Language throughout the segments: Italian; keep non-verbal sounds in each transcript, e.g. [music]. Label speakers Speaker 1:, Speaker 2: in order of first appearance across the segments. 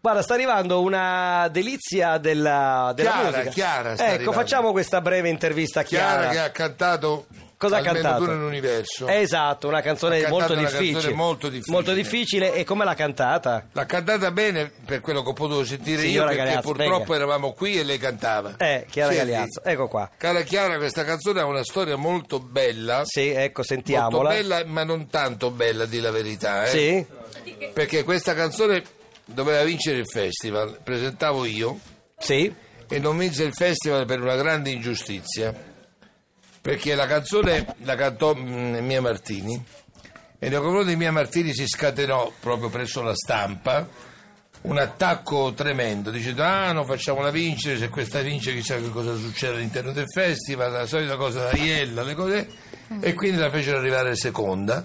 Speaker 1: Guarda, sta arrivando una delizia della, della
Speaker 2: Chiara,
Speaker 1: musica.
Speaker 2: Chiara sta
Speaker 1: Ecco,
Speaker 2: arrivando.
Speaker 1: facciamo questa breve intervista a Chiara.
Speaker 2: Chiara che ha cantato
Speaker 1: Cosa ha
Speaker 2: almeno
Speaker 1: cantato?
Speaker 2: due nell'universo.
Speaker 1: Esatto, una canzone,
Speaker 2: Ha
Speaker 1: molto,
Speaker 2: cantato una
Speaker 1: difficile.
Speaker 2: canzone molto difficile.
Speaker 1: Molto difficile. E come l'ha cantata?
Speaker 2: L'ha cantata bene per quello che ho potuto sentire
Speaker 1: Signora
Speaker 2: io perché
Speaker 1: Galeazzo,
Speaker 2: purtroppo
Speaker 1: venga.
Speaker 2: eravamo qui e lei cantava.
Speaker 1: Eh, Chiara
Speaker 2: Senti,
Speaker 1: Galeazzo. Ecco qua.
Speaker 2: Cara Chiara, questa canzone ha una storia molto bella.
Speaker 1: Sì, ecco,
Speaker 2: Molto
Speaker 1: sentiamola.
Speaker 2: bella, ma non tanto bella, di la verità. eh.
Speaker 1: Sì,
Speaker 2: Perché questa canzone doveva vincere il festival, presentavo io,
Speaker 1: sì.
Speaker 2: e non vinse il festival per una grande ingiustizia. Perché la canzone la cantò mm, Mia Martini e nei confronti di Mia Martini si scatenò proprio presso la stampa un attacco tremendo dicendo ah non facciamola vincere se questa vince chissà che cosa succede all'interno del festival la solita cosa da Iella le cose e quindi la fecero arrivare seconda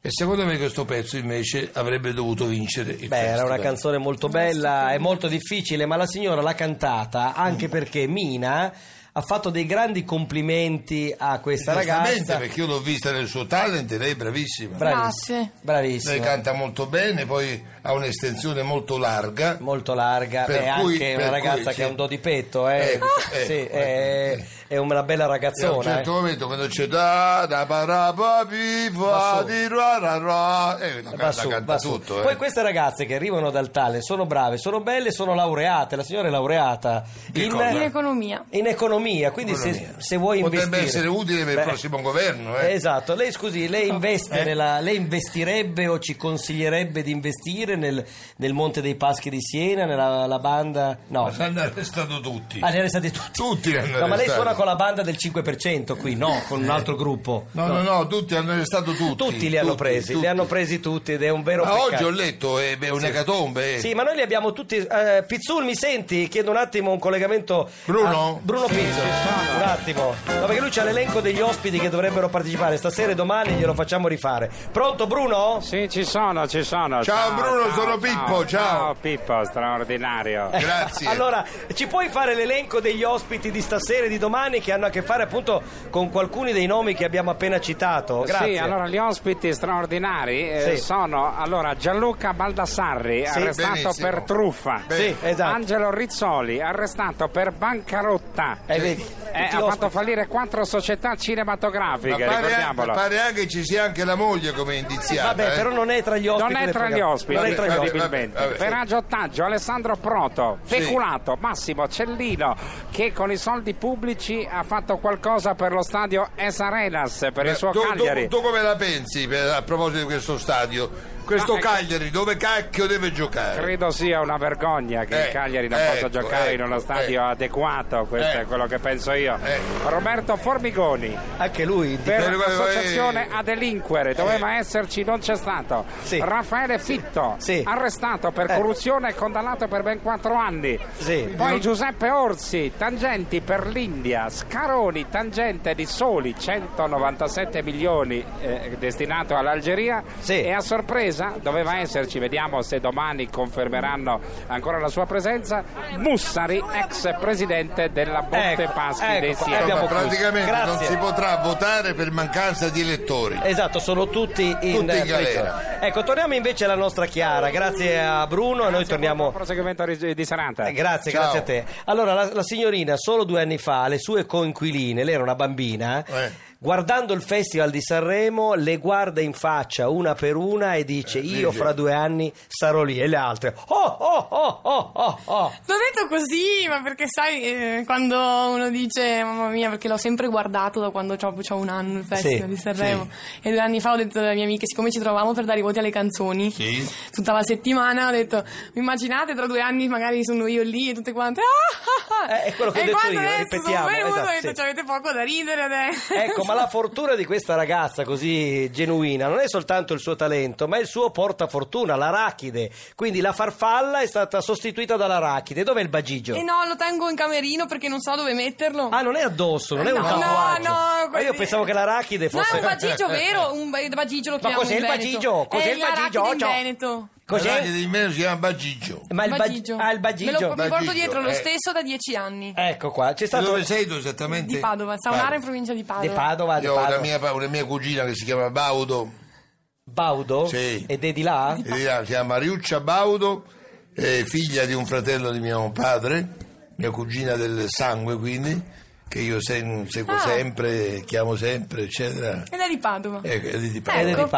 Speaker 2: e secondo me questo pezzo invece avrebbe dovuto vincere il
Speaker 1: Beh,
Speaker 2: festival
Speaker 1: era una canzone molto bella e molto difficile, ma la signora l'ha cantata anche perché Mina ha fatto dei grandi complimenti a questa
Speaker 2: Giustamente,
Speaker 1: ragazza.
Speaker 2: perché io l'ho vista nel suo talent e lei è bravissima
Speaker 1: Bravissima.
Speaker 2: Lei
Speaker 1: Bravissima.
Speaker 2: canta molto bene, poi ha un'estensione molto larga.
Speaker 1: molto larga
Speaker 2: Per
Speaker 1: è
Speaker 2: cui-
Speaker 1: anche
Speaker 2: per
Speaker 1: una ragazza
Speaker 2: cui,
Speaker 1: che
Speaker 2: sì.
Speaker 1: ha un do di petto eh.
Speaker 2: Ecco,
Speaker 1: Sì,
Speaker 2: ecco,
Speaker 1: è, è una bella
Speaker 2: E a un
Speaker 1: ragazzona
Speaker 2: certo
Speaker 1: eh.
Speaker 2: momento quando c'è da da para pa pi
Speaker 1: Va
Speaker 2: fa
Speaker 1: su.
Speaker 2: di ra ra ra e la
Speaker 1: Va
Speaker 2: canta,
Speaker 1: su,
Speaker 2: canta
Speaker 1: va su.
Speaker 2: tutto. eh.
Speaker 1: Poi queste ragazze che arrivano dal tale sono brave, sono belle, sono laureate. La signora è laureata
Speaker 2: cosa?
Speaker 3: In economia.
Speaker 1: in economia, quindi se,
Speaker 2: Economia.
Speaker 1: se vuoi
Speaker 2: Potrebbe
Speaker 1: investire.
Speaker 2: essere utile per
Speaker 1: Beh,
Speaker 2: il prossimo governo. eh.
Speaker 1: Esatto, lei scusi, lei, investe
Speaker 2: Eh?
Speaker 1: nella- lei investirebbe o ci consiglierebbe di investire nel, nel Monte dei Paschi di Siena, nella la banda? No,
Speaker 2: Ma l'hanno arrestato tutti.
Speaker 1: ah, ne restate tutti.
Speaker 2: Tutti l'hanno
Speaker 1: No, ma lei
Speaker 2: arrestato.
Speaker 1: suona con la banda del 5% qui, no, con un altro gruppo.
Speaker 2: No, no, no, tutti hanno arrestato tutti.
Speaker 1: Tutti li hanno presi,
Speaker 2: tutti.
Speaker 1: li hanno presi tutti ed è un vero
Speaker 2: Ma
Speaker 1: peccato.
Speaker 2: oggi ho letto, è, è un'ecatombe. eh.
Speaker 1: Sì, ma noi li abbiamo tutti. eh, Pizzul, mi senti? Chiedo un attimo un collegamento.
Speaker 2: Bruno?
Speaker 1: a- Bruno Pizzul. Un attimo. No, perché lui c'ha l'elenco degli ospiti che dovrebbero partecipare stasera e domani, glielo facciamo rifare. Pronto, Bruno?
Speaker 4: Sì, ci sono, ci sono.
Speaker 2: Ciao, Bruno, sono Pippo, ciao. Eh,
Speaker 4: Ciao Pippo, straordinario.
Speaker 2: Grazie.
Speaker 1: [laughs] Allora, ci puoi fare l'elenco degli ospiti di stasera e di domani che hanno a che fare appunto con alcuni dei nomi che abbiamo appena
Speaker 2: ecco,
Speaker 1: citato? Grazie.
Speaker 4: Sì, allora gli ospiti straordinari eh,
Speaker 1: Sì.
Speaker 4: sono allora, Gianluca Baldassarri,
Speaker 1: Sì,
Speaker 4: arrestato
Speaker 2: benissimo.
Speaker 4: per truffa.
Speaker 2: Beh.
Speaker 1: Sì, esatto.
Speaker 4: Angelo Rizzoli, arrestato per bancarotta.
Speaker 1: Eh, vedi,
Speaker 4: Eh,
Speaker 1: tutti
Speaker 4: ha
Speaker 1: ospiti.
Speaker 4: fatto fallire quattro società
Speaker 2: Ma
Speaker 4: cinematografiche,
Speaker 2: pare, anche,
Speaker 4: ricordiamolo.
Speaker 2: pare anche ci sia anche la moglie come indiziata.
Speaker 1: Vabbè,
Speaker 2: eh.
Speaker 1: però non è tra gli ospiti.
Speaker 4: Non è
Speaker 1: del
Speaker 4: tra gli
Speaker 1: programma.
Speaker 4: ospiti,
Speaker 1: Non è tra gli ospiti.
Speaker 4: incredibilmente.
Speaker 2: vabbè, vabbè.
Speaker 4: Ferraggio Ottaggio, Alessandro Proto,
Speaker 2: Sì.
Speaker 4: Feculato, Massimo Cellino, che con i soldi pubblici ha fatto qualcosa per lo stadio Es Arenas, per
Speaker 1: Eh,
Speaker 4: il
Speaker 2: Beh,
Speaker 4: suo
Speaker 2: tu, tu-
Speaker 4: Cagliari.
Speaker 2: tu come la pensi per- a proposito di questo stadio? Questo
Speaker 4: Ah, ecco.
Speaker 2: Cagliari dove cacchio deve giocare?
Speaker 4: Credo sia una vergogna che
Speaker 1: Eh,
Speaker 4: il
Speaker 2: Ecco,
Speaker 4: Cagliari non
Speaker 2: ecco,
Speaker 4: possa giocare in uno
Speaker 2: ecco,
Speaker 4: stadio
Speaker 2: ecco.
Speaker 4: adeguato, questo è
Speaker 1: Eh.
Speaker 2: Ecco.
Speaker 4: quello che penso io.
Speaker 2: Ecco.
Speaker 4: Roberto Formigoni,
Speaker 1: Anche lui. di-
Speaker 4: per
Speaker 2: Eh,
Speaker 4: l'associazione
Speaker 2: eh,
Speaker 4: a delinquere doveva esserci non c'è stato
Speaker 1: Eh. Sì.
Speaker 4: Raffaele Fitto
Speaker 1: Sì.
Speaker 4: arrestato per
Speaker 1: Eh.
Speaker 4: corruzione e condannato per ben quattro anni
Speaker 1: Sì.
Speaker 4: poi Giuseppe Orsi tangenti per l'India Scaroni tangente di soli 197 milioni eh, destinato all'Algeria
Speaker 1: Sì.
Speaker 4: e a sorpresa doveva esserci vediamo se domani confermeranno ancora la sua presenza Mussari ex presidente della Botte
Speaker 1: Ecco,
Speaker 4: Paschi
Speaker 1: ecco,
Speaker 4: dei Siena
Speaker 1: abbiamo
Speaker 2: Insomma,
Speaker 1: chiuso.
Speaker 2: praticamente non
Speaker 1: Grazie.
Speaker 2: si potrà votare per mancanza di elettori.
Speaker 1: Esatto, sono tutti in,
Speaker 2: Tutti in
Speaker 1: eh,
Speaker 2: galera.
Speaker 1: Ecco, torniamo invece alla nostra Chiara. Grazie a Bruno e noi torniamo.
Speaker 4: Buon proseguimento di di serata
Speaker 1: Eh, Grazie,
Speaker 2: Ciao.
Speaker 1: grazie a te. Allora, la, la signorina solo due anni fa, le sue coinquiline, lei era una bambina,
Speaker 2: Eh.
Speaker 1: guardando il Festival di Sanremo, le guarda in faccia una per una e Eh, dice: Io
Speaker 2: dice.
Speaker 1: fra due anni sarò lì. E le altre, oh, oh, oh, oh, oh, oh.
Speaker 3: L'ho detto così, ma perché sai, eh, quando uno dice mamma mia, perché l'ho sempre guardato da quando ho, un anno il festival
Speaker 1: Sì,
Speaker 3: di Sanremo. E due anni fa ho detto alle mie amiche, siccome ci trovavamo per dare i voti alle canzoni,
Speaker 2: Sì.
Speaker 3: tutta la settimana ho detto, "Mi immaginate tra due anni magari sono io lì e tutte quante. "Ah, ah, ah".
Speaker 1: Eh, è quello che ho
Speaker 3: e
Speaker 1: detto io,
Speaker 3: quando adesso
Speaker 1: ripetiamo,
Speaker 3: sono venuto
Speaker 1: esatto,
Speaker 3: ho detto,
Speaker 1: sì.
Speaker 3: "Ci avete poco da ridere adesso.
Speaker 1: Ecco, ma la fortuna di questa ragazza così genuina non è soltanto il suo talento, ma il suo portafortuna, l'arachide. Quindi la farfalla è stata sostituita dall'arachide. Dov'è il bagigio?
Speaker 3: E Eh, no, lo tengo in camerino perché non so dove metterlo.
Speaker 1: Ah, non è addosso, non è un
Speaker 3: Eh, No,
Speaker 1: tatuaggio.
Speaker 3: no,
Speaker 1: Ma io
Speaker 3: così-
Speaker 1: pensavo che l'arachide
Speaker 3: No,
Speaker 1: fosse
Speaker 3: è un bagigio vero, un ba- bagigio lo
Speaker 1: Ma
Speaker 3: chiamiamo
Speaker 1: cos'è
Speaker 3: in
Speaker 1: il
Speaker 3: Veneto.
Speaker 1: bagigio? Cos'è
Speaker 3: È
Speaker 1: il bagigio,
Speaker 3: l'arachide in
Speaker 1: Ocio?
Speaker 3: Veneto.
Speaker 2: Cos'è?
Speaker 1: Cos'è?
Speaker 2: di meno si chiama Baggigio.
Speaker 1: Ma il, bagigio. ah, il
Speaker 3: Me lo,
Speaker 1: bagigio.
Speaker 3: mi porto
Speaker 2: Bagigio,
Speaker 3: dietro lo
Speaker 2: eh.
Speaker 3: stesso da dieci anni.
Speaker 1: Ecco qua, c'è
Speaker 2: E
Speaker 1: stato
Speaker 2: Dove sei tu esattamente?
Speaker 3: Di Padova, Saunara in provincia di
Speaker 1: De
Speaker 3: Padova.
Speaker 1: Padova, De
Speaker 2: Io ho una
Speaker 1: Padova.
Speaker 2: mia, pa- una mia cugina che si chiama Baudo,
Speaker 1: Baudo?
Speaker 2: Sì.
Speaker 1: Ed è di là?
Speaker 2: e di là si chiama Mariuccia Baudo, è figlia di un fratello di mio padre, mia cugina del sangue quindi, che io sen- seguo
Speaker 3: Ah.
Speaker 2: sempre, chiamo sempre, eccetera.
Speaker 3: Ed è di Padova.
Speaker 1: Eh,
Speaker 2: E, e Eh,
Speaker 3: Eh,
Speaker 2: di- di
Speaker 1: Ed è
Speaker 3: ecco.
Speaker 2: Padova.
Speaker 1: di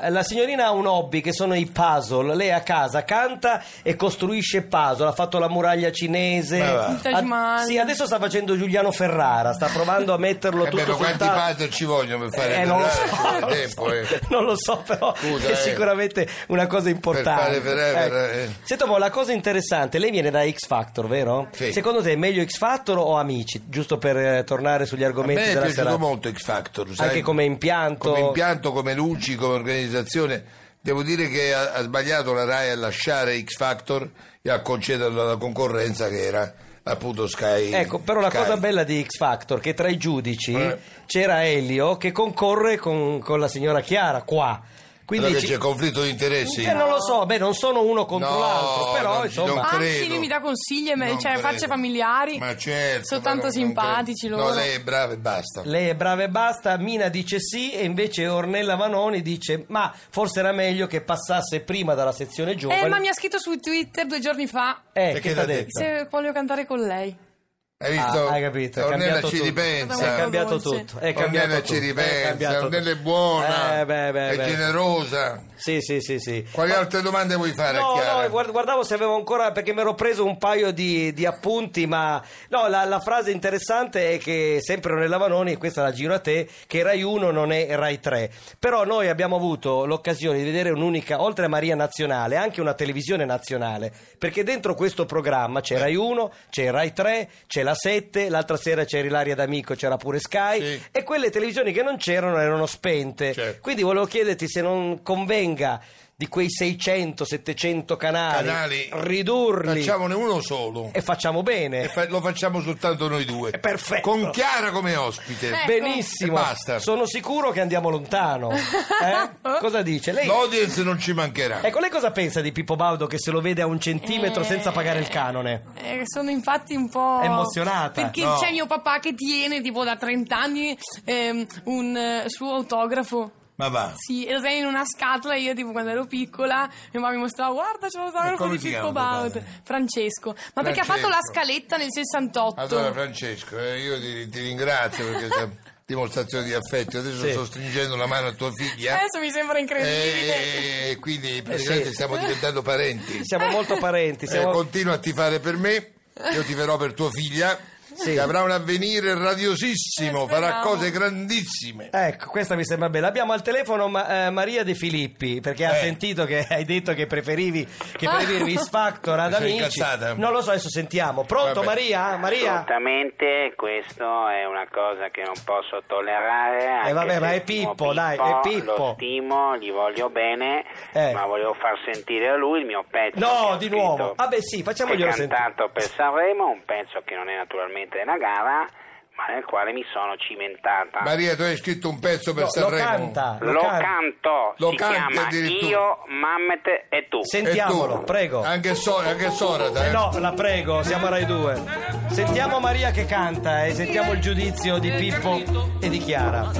Speaker 1: Padova. La signorina ha un hobby che sono i puzzle. Lei a casa canta e costruisce puzzle. Ha fatto la muraglia cinese.
Speaker 2: Ma va.
Speaker 3: Il Taj Mahal.
Speaker 1: sì, adesso sta facendo Giuliano Ferrara. Sta provando a metterlo
Speaker 2: [laughs] Eh beh,
Speaker 1: tutto
Speaker 2: ma
Speaker 1: sul
Speaker 2: quanti
Speaker 1: tavolo.
Speaker 2: padri ci vogliono per fare
Speaker 1: Eh, non lo so,
Speaker 2: Ferrari?
Speaker 1: non
Speaker 2: Ci vuole
Speaker 1: lo
Speaker 2: tempo,
Speaker 1: so,
Speaker 2: eh.
Speaker 1: [laughs] non lo so, però
Speaker 2: Scusa,
Speaker 1: è
Speaker 2: eh.
Speaker 1: sicuramente una cosa importante. Ecco.
Speaker 2: fare Ferrari, eh.
Speaker 1: Senta, ma la cosa interessante, lei viene da X Factor, vero?
Speaker 2: Sì.
Speaker 1: Secondo te è meglio X Factor o Amici? Giusto per eh, tornare sugli
Speaker 2: A me
Speaker 1: argomenti
Speaker 2: è
Speaker 1: della
Speaker 2: piaciuto
Speaker 1: serata.
Speaker 2: molto X Factor, sai?
Speaker 1: Anche come impianto.
Speaker 2: come impianto, come luci, come organizzazione. Devo dire che ha, ha sbagliato la RAI a lasciare X Factor e a concederlo alla concorrenza che era appunto Sky.
Speaker 1: Ecco, però la
Speaker 2: Sky.
Speaker 1: cosa bella di X Factor che tra i giudici
Speaker 2: Eh.
Speaker 1: c'era Elio che concorre con, con la signora Chiara qua.
Speaker 2: Allora
Speaker 1: Quindi ci-
Speaker 2: che c'è conflitto di interessi.
Speaker 1: Eh, non lo so, beh, non sono uno contro
Speaker 2: No,
Speaker 1: l'altro, però
Speaker 2: non ci-
Speaker 1: insomma.
Speaker 2: non
Speaker 3: Anzi,
Speaker 2: credo.
Speaker 3: lui mi dà consigli, e me-
Speaker 2: Non
Speaker 3: cioè
Speaker 2: credo.
Speaker 3: facce familiari.
Speaker 2: Ma certo.
Speaker 3: Sono
Speaker 2: ma
Speaker 3: tanto
Speaker 2: non- non
Speaker 3: simpatici
Speaker 2: credo.
Speaker 3: loro.
Speaker 2: No, lei è brava e basta.
Speaker 1: Lei è brava e basta, Mina dice sì e invece Ornella Vanoni dice ma forse era meglio che passasse prima dalla sezione giovani.
Speaker 3: Eh, ma mi ha scritto su Twitter due giorni fa
Speaker 1: Eh,
Speaker 2: Perché
Speaker 1: che t'ha
Speaker 2: l'ha
Speaker 1: detto?
Speaker 3: se voglio cantare con lei.
Speaker 2: Hai
Speaker 1: Ah,
Speaker 2: visto?
Speaker 1: hai capito, è
Speaker 2: Ornella
Speaker 1: cambiato
Speaker 2: ci
Speaker 1: tutto.
Speaker 3: Vabbè,
Speaker 1: È
Speaker 2: ripensa.
Speaker 1: cambiato
Speaker 3: Dolce.
Speaker 1: tutto. È cambiato
Speaker 2: Ornella
Speaker 1: tutto.
Speaker 2: ci
Speaker 1: è cambiato
Speaker 2: ripensa.
Speaker 1: tutto.
Speaker 2: Ornella è buona.
Speaker 1: Eh, beh, beh,
Speaker 2: è
Speaker 1: beh.
Speaker 2: generosa.
Speaker 1: Sì, sì, sì, sì.
Speaker 2: Quali altre domande vuoi fare a
Speaker 1: No,
Speaker 2: Chiara?
Speaker 1: no, guard- guardavo se avevo ancora perché mi ero preso un paio di, di appunti, ma no, la, la frase interessante è che sempre nella Vanoni, e questa la giro a te, che Rai 1 non è Rai 3. Però noi abbiamo avuto l'occasione di vedere un'unica, oltre a Maria Nazionale, anche una televisione nazionale, perché dentro questo programma c'è Rai 1, c'è Rai 3, c'è la 7, l'altra sera c'era Ilaria D'Amico, c'era pure Sky
Speaker 2: Sì.
Speaker 1: e quelle televisioni che non c'erano erano spente.
Speaker 2: Certo.
Speaker 1: Quindi volevo chiederti se non convenga di quei 600-700 canali,
Speaker 2: canali
Speaker 1: ridurli
Speaker 2: facciamone uno solo
Speaker 1: e facciamo bene.
Speaker 2: e fa- lo facciamo soltanto noi due
Speaker 1: Perfetto.
Speaker 2: con Chiara come ospite
Speaker 3: Eh.
Speaker 1: Benissimo,
Speaker 2: E basta.
Speaker 1: sono sicuro che andiamo lontano. Eh? Cosa dice? Lei...
Speaker 2: l'audience non ci mancherà
Speaker 1: Ecco, lei cosa pensa di Pippo Baudo che se lo vede a un centimetro
Speaker 3: Eh.
Speaker 1: senza pagare il canone?
Speaker 3: Eh, sono infatti un po'
Speaker 1: Emozionata.
Speaker 3: perché
Speaker 2: No.
Speaker 3: c'è mio papà che tiene tipo da 30 anni ehm, un eh, suo autografo.
Speaker 2: ma va
Speaker 3: Sì, e lo tiene in una scatola. Io, tipo, quando ero piccola, mia mamma mi mostrava, guarda, c'è l'autografo
Speaker 2: come
Speaker 3: di
Speaker 2: si chiama
Speaker 3: Pippo
Speaker 2: tuo
Speaker 3: Baud.
Speaker 2: padre?
Speaker 3: Francesco. Ma perché ha
Speaker 2: Francesco.
Speaker 3: fatto la scaletta nel 68?
Speaker 2: allora Francesco eh, io ti, ti ringrazio perché questa dimostrazione di affetto adesso
Speaker 1: Sì.
Speaker 2: sto stringendo la mano a tua figlia
Speaker 3: Adesso mi sembra
Speaker 2: Eh,
Speaker 3: incredibile. Eh,
Speaker 2: e, e quindi praticamente
Speaker 1: Eh, sì.
Speaker 2: stiamo diventando parenti
Speaker 1: Siamo molto parenti,
Speaker 2: Eh,
Speaker 1: siamo...
Speaker 2: continua a tifare per me io tiferò per tua figlia
Speaker 1: Sì.
Speaker 2: che avrà un avvenire radiosissimo
Speaker 3: Eh,
Speaker 2: farà
Speaker 3: speriamo.
Speaker 2: cose grandissime
Speaker 1: Ecco, questa mi sembra bella. Abbiamo al telefono ma- eh, Maria De Filippi perché ha
Speaker 2: Eh.
Speaker 1: sentito che hai detto che preferivi che preferivi
Speaker 3: Ah.
Speaker 1: X Factor ad
Speaker 2: Mi sono
Speaker 1: amici.
Speaker 2: incazzata.
Speaker 1: Non lo so, adesso sentiamo. Pronto
Speaker 2: Vabbè.
Speaker 1: Maria? Maria?
Speaker 5: Assolutamente, questo è una cosa che non posso tollerare. anche
Speaker 1: Eh, vabbè,
Speaker 5: se
Speaker 1: ma è
Speaker 5: il mio
Speaker 1: Pippo, dai, è Pippo.
Speaker 5: Lo stimo, gli voglio bene,
Speaker 1: Eh.
Speaker 5: ma volevo far sentire a lui il mio pezzo.
Speaker 1: No,
Speaker 5: che ho
Speaker 1: di
Speaker 5: scritto
Speaker 1: nuovo. Vabbè, sì, facciamoglielo
Speaker 5: e
Speaker 1: sentire.
Speaker 5: cantato per Sanremo, un pezzo che non è naturalmente una gara, ma nel quale mi sono cimentata.
Speaker 2: Maria tu hai scritto un pezzo per
Speaker 1: No, lo
Speaker 2: Sanremo
Speaker 1: canta.
Speaker 5: lo
Speaker 1: can-
Speaker 5: canto,
Speaker 2: Lo
Speaker 5: si
Speaker 2: canti
Speaker 5: chiama
Speaker 2: addirittura.
Speaker 5: Io, Mammet e tu.
Speaker 2: E
Speaker 1: Sentiamolo,
Speaker 2: tu?
Speaker 1: prego.
Speaker 2: Anche, so- anche Sorata. eh?
Speaker 1: No, la prego, siamo a Rai 2. Sentiamo Maria che canta e sentiamo il giudizio di Pippo e di Chiara.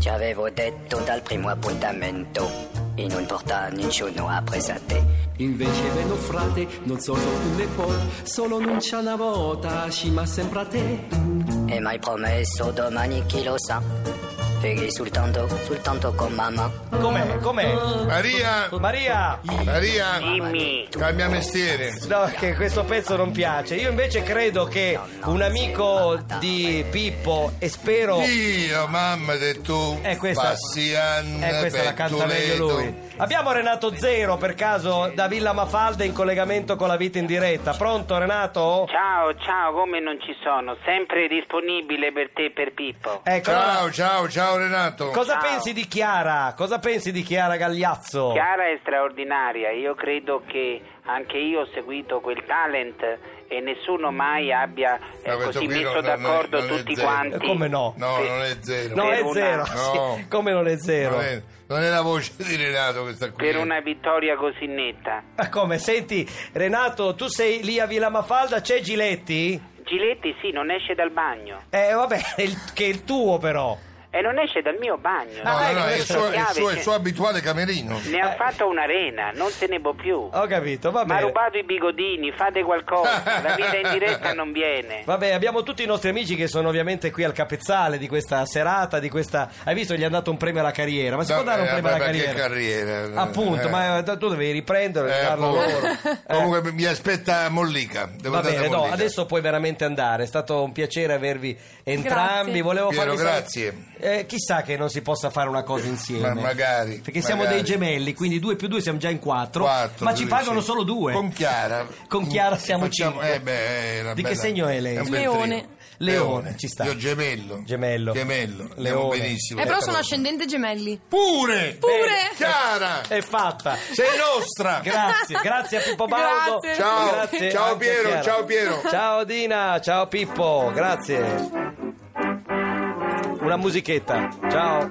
Speaker 6: Ci avevo detto dal primo appuntamento e non porta nessuno a presate.
Speaker 7: Invece ve lo frate, non sono un pot, solo non c'è una volta, ci ma sembra te.
Speaker 6: E mai promesso domani chi lo sa. Fighi soltanto, soltanto con mamma.
Speaker 1: Com'è? Com'è?
Speaker 2: Maria,
Speaker 1: Maria!
Speaker 2: Maria,
Speaker 5: Dimmi.
Speaker 2: cambia mestiere.
Speaker 1: No, che questo pezzo non piace. Io invece credo che un amico di Pippo e spero
Speaker 2: Io, mamma, se tu
Speaker 1: Eh, questa-
Speaker 2: passi anni
Speaker 1: Eh, questa la
Speaker 2: per
Speaker 1: canta meglio
Speaker 2: Toledo,
Speaker 1: lui. Abbiamo Renato Zero per caso da Villa Mafalda in collegamento con la vita in diretta. Pronto Renato?
Speaker 5: Ciao, ciao, come non ci sono? Sempre disponibile per te e per Pippo.
Speaker 1: Ecco, allora,
Speaker 2: Ciao, ciao, ciao Renato.
Speaker 1: cosa
Speaker 5: Ciao.
Speaker 1: pensi di Chiara? Cosa pensi di Chiara Gagliazzo?
Speaker 5: Chiara è straordinaria, io credo che anche io ho seguito quel talent e nessuno mai abbia eh,
Speaker 2: Ma questo
Speaker 5: così
Speaker 2: qui
Speaker 5: messo
Speaker 2: non- non è-
Speaker 5: d'accordo
Speaker 2: non è
Speaker 5: tutti
Speaker 2: zero.
Speaker 1: Eh,
Speaker 5: quanti.
Speaker 1: Come no?
Speaker 2: No,
Speaker 5: Sì.
Speaker 2: non è zero.
Speaker 1: No,
Speaker 5: Per
Speaker 1: è
Speaker 5: una-
Speaker 1: zero.
Speaker 2: No.
Speaker 1: [laughs] sì. Come non è zero?
Speaker 2: Non è, non è la voce di Renato questa qui.
Speaker 5: Per una vittoria così netta.
Speaker 1: Ma come? Senti, Renato, tu sei lì a Villa Mafalda, c'è Giletti?
Speaker 5: Giletti sì, non esce dal bagno.
Speaker 1: Eh, vabbè, [laughs] è il- che è il tuo però.
Speaker 5: E non esce dal mio bagno.
Speaker 2: No, no, no, è il
Speaker 5: Questa
Speaker 2: suo, è il
Speaker 5: chiave
Speaker 2: suo- è il
Speaker 5: che-
Speaker 2: suo abituale camerino.
Speaker 5: Ne ha fatto un'arena, non se ne può più.
Speaker 1: Ho capito, va
Speaker 5: Ma ha
Speaker 1: bene.
Speaker 5: rubato i bigodini, fate qualcosa. La vita
Speaker 2: [laughs]
Speaker 5: in diretta non viene.
Speaker 1: Vabbè, abbiamo tutti i nostri amici che sono ovviamente qui al capezzale di questa serata, di questa... Hai visto, gli hanno dato un premio alla carriera, ma si può
Speaker 2: No,
Speaker 1: dare un
Speaker 2: eh,
Speaker 1: premio alla
Speaker 2: ma che
Speaker 1: carriera?
Speaker 2: carriera?
Speaker 1: Appunto,
Speaker 2: Eh.
Speaker 1: ma eh, tu devi riprenderlo e
Speaker 2: Eh,
Speaker 1: darlo
Speaker 2: appunto. [laughs]
Speaker 1: loro.
Speaker 2: Comunque mi aspetta Mollica. Devo
Speaker 1: Va
Speaker 2: andare
Speaker 1: bene,
Speaker 2: da
Speaker 1: no,
Speaker 2: Mollica.
Speaker 1: adesso puoi veramente andare, è stato un piacere avervi entrambi.
Speaker 3: Grazie.
Speaker 1: Volevo
Speaker 2: Piero,
Speaker 1: farvi sa-
Speaker 2: grazie.
Speaker 1: Eh, chissà che non si possa fare una cosa insieme.
Speaker 2: Ma magari,
Speaker 1: Perché siamo
Speaker 2: magari.
Speaker 1: dei gemelli, quindi due più due siamo già in quattro.
Speaker 2: Quattro,
Speaker 1: ma ci
Speaker 2: due,
Speaker 1: pagano
Speaker 2: sì.
Speaker 1: solo due.
Speaker 2: Con
Speaker 1: [laughs]
Speaker 2: Chiara.
Speaker 1: Con Chiara siamo cinque.
Speaker 2: eh, beh, è una
Speaker 1: Di che
Speaker 2: bella-
Speaker 1: segno è lei?
Speaker 2: un bel
Speaker 3: Leone.
Speaker 2: trio.
Speaker 1: Leone, ci sta.
Speaker 2: Io gemello.
Speaker 1: Gemello.
Speaker 2: Gemello. Andiamo
Speaker 1: Leone.
Speaker 2: benissimo.
Speaker 3: Eh, però sono
Speaker 2: Allora.
Speaker 3: ascendente gemelli. [laughs]
Speaker 2: Pure!
Speaker 3: Pure!
Speaker 2: Chiara!
Speaker 1: È fatta.
Speaker 2: Sei nostra!
Speaker 1: Eh. Grazie, grazie a Pippo Baudo.
Speaker 3: Grazie.
Speaker 2: Ciao.
Speaker 1: Grazie
Speaker 2: Ciao
Speaker 1: anche a
Speaker 2: Piero,
Speaker 1: Chiara.
Speaker 2: ciao Piero.
Speaker 1: Ciao Dina, ciao Pippo, grazie. Una musichetta, ciao.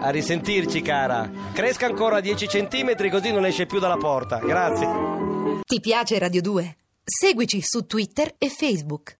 Speaker 1: A risentirci cara. Cresca ancora 10 centimetri così non esce più dalla porta. Grazie.
Speaker 8: Ti piace Radio 2? Seguici su Twitter e Facebook.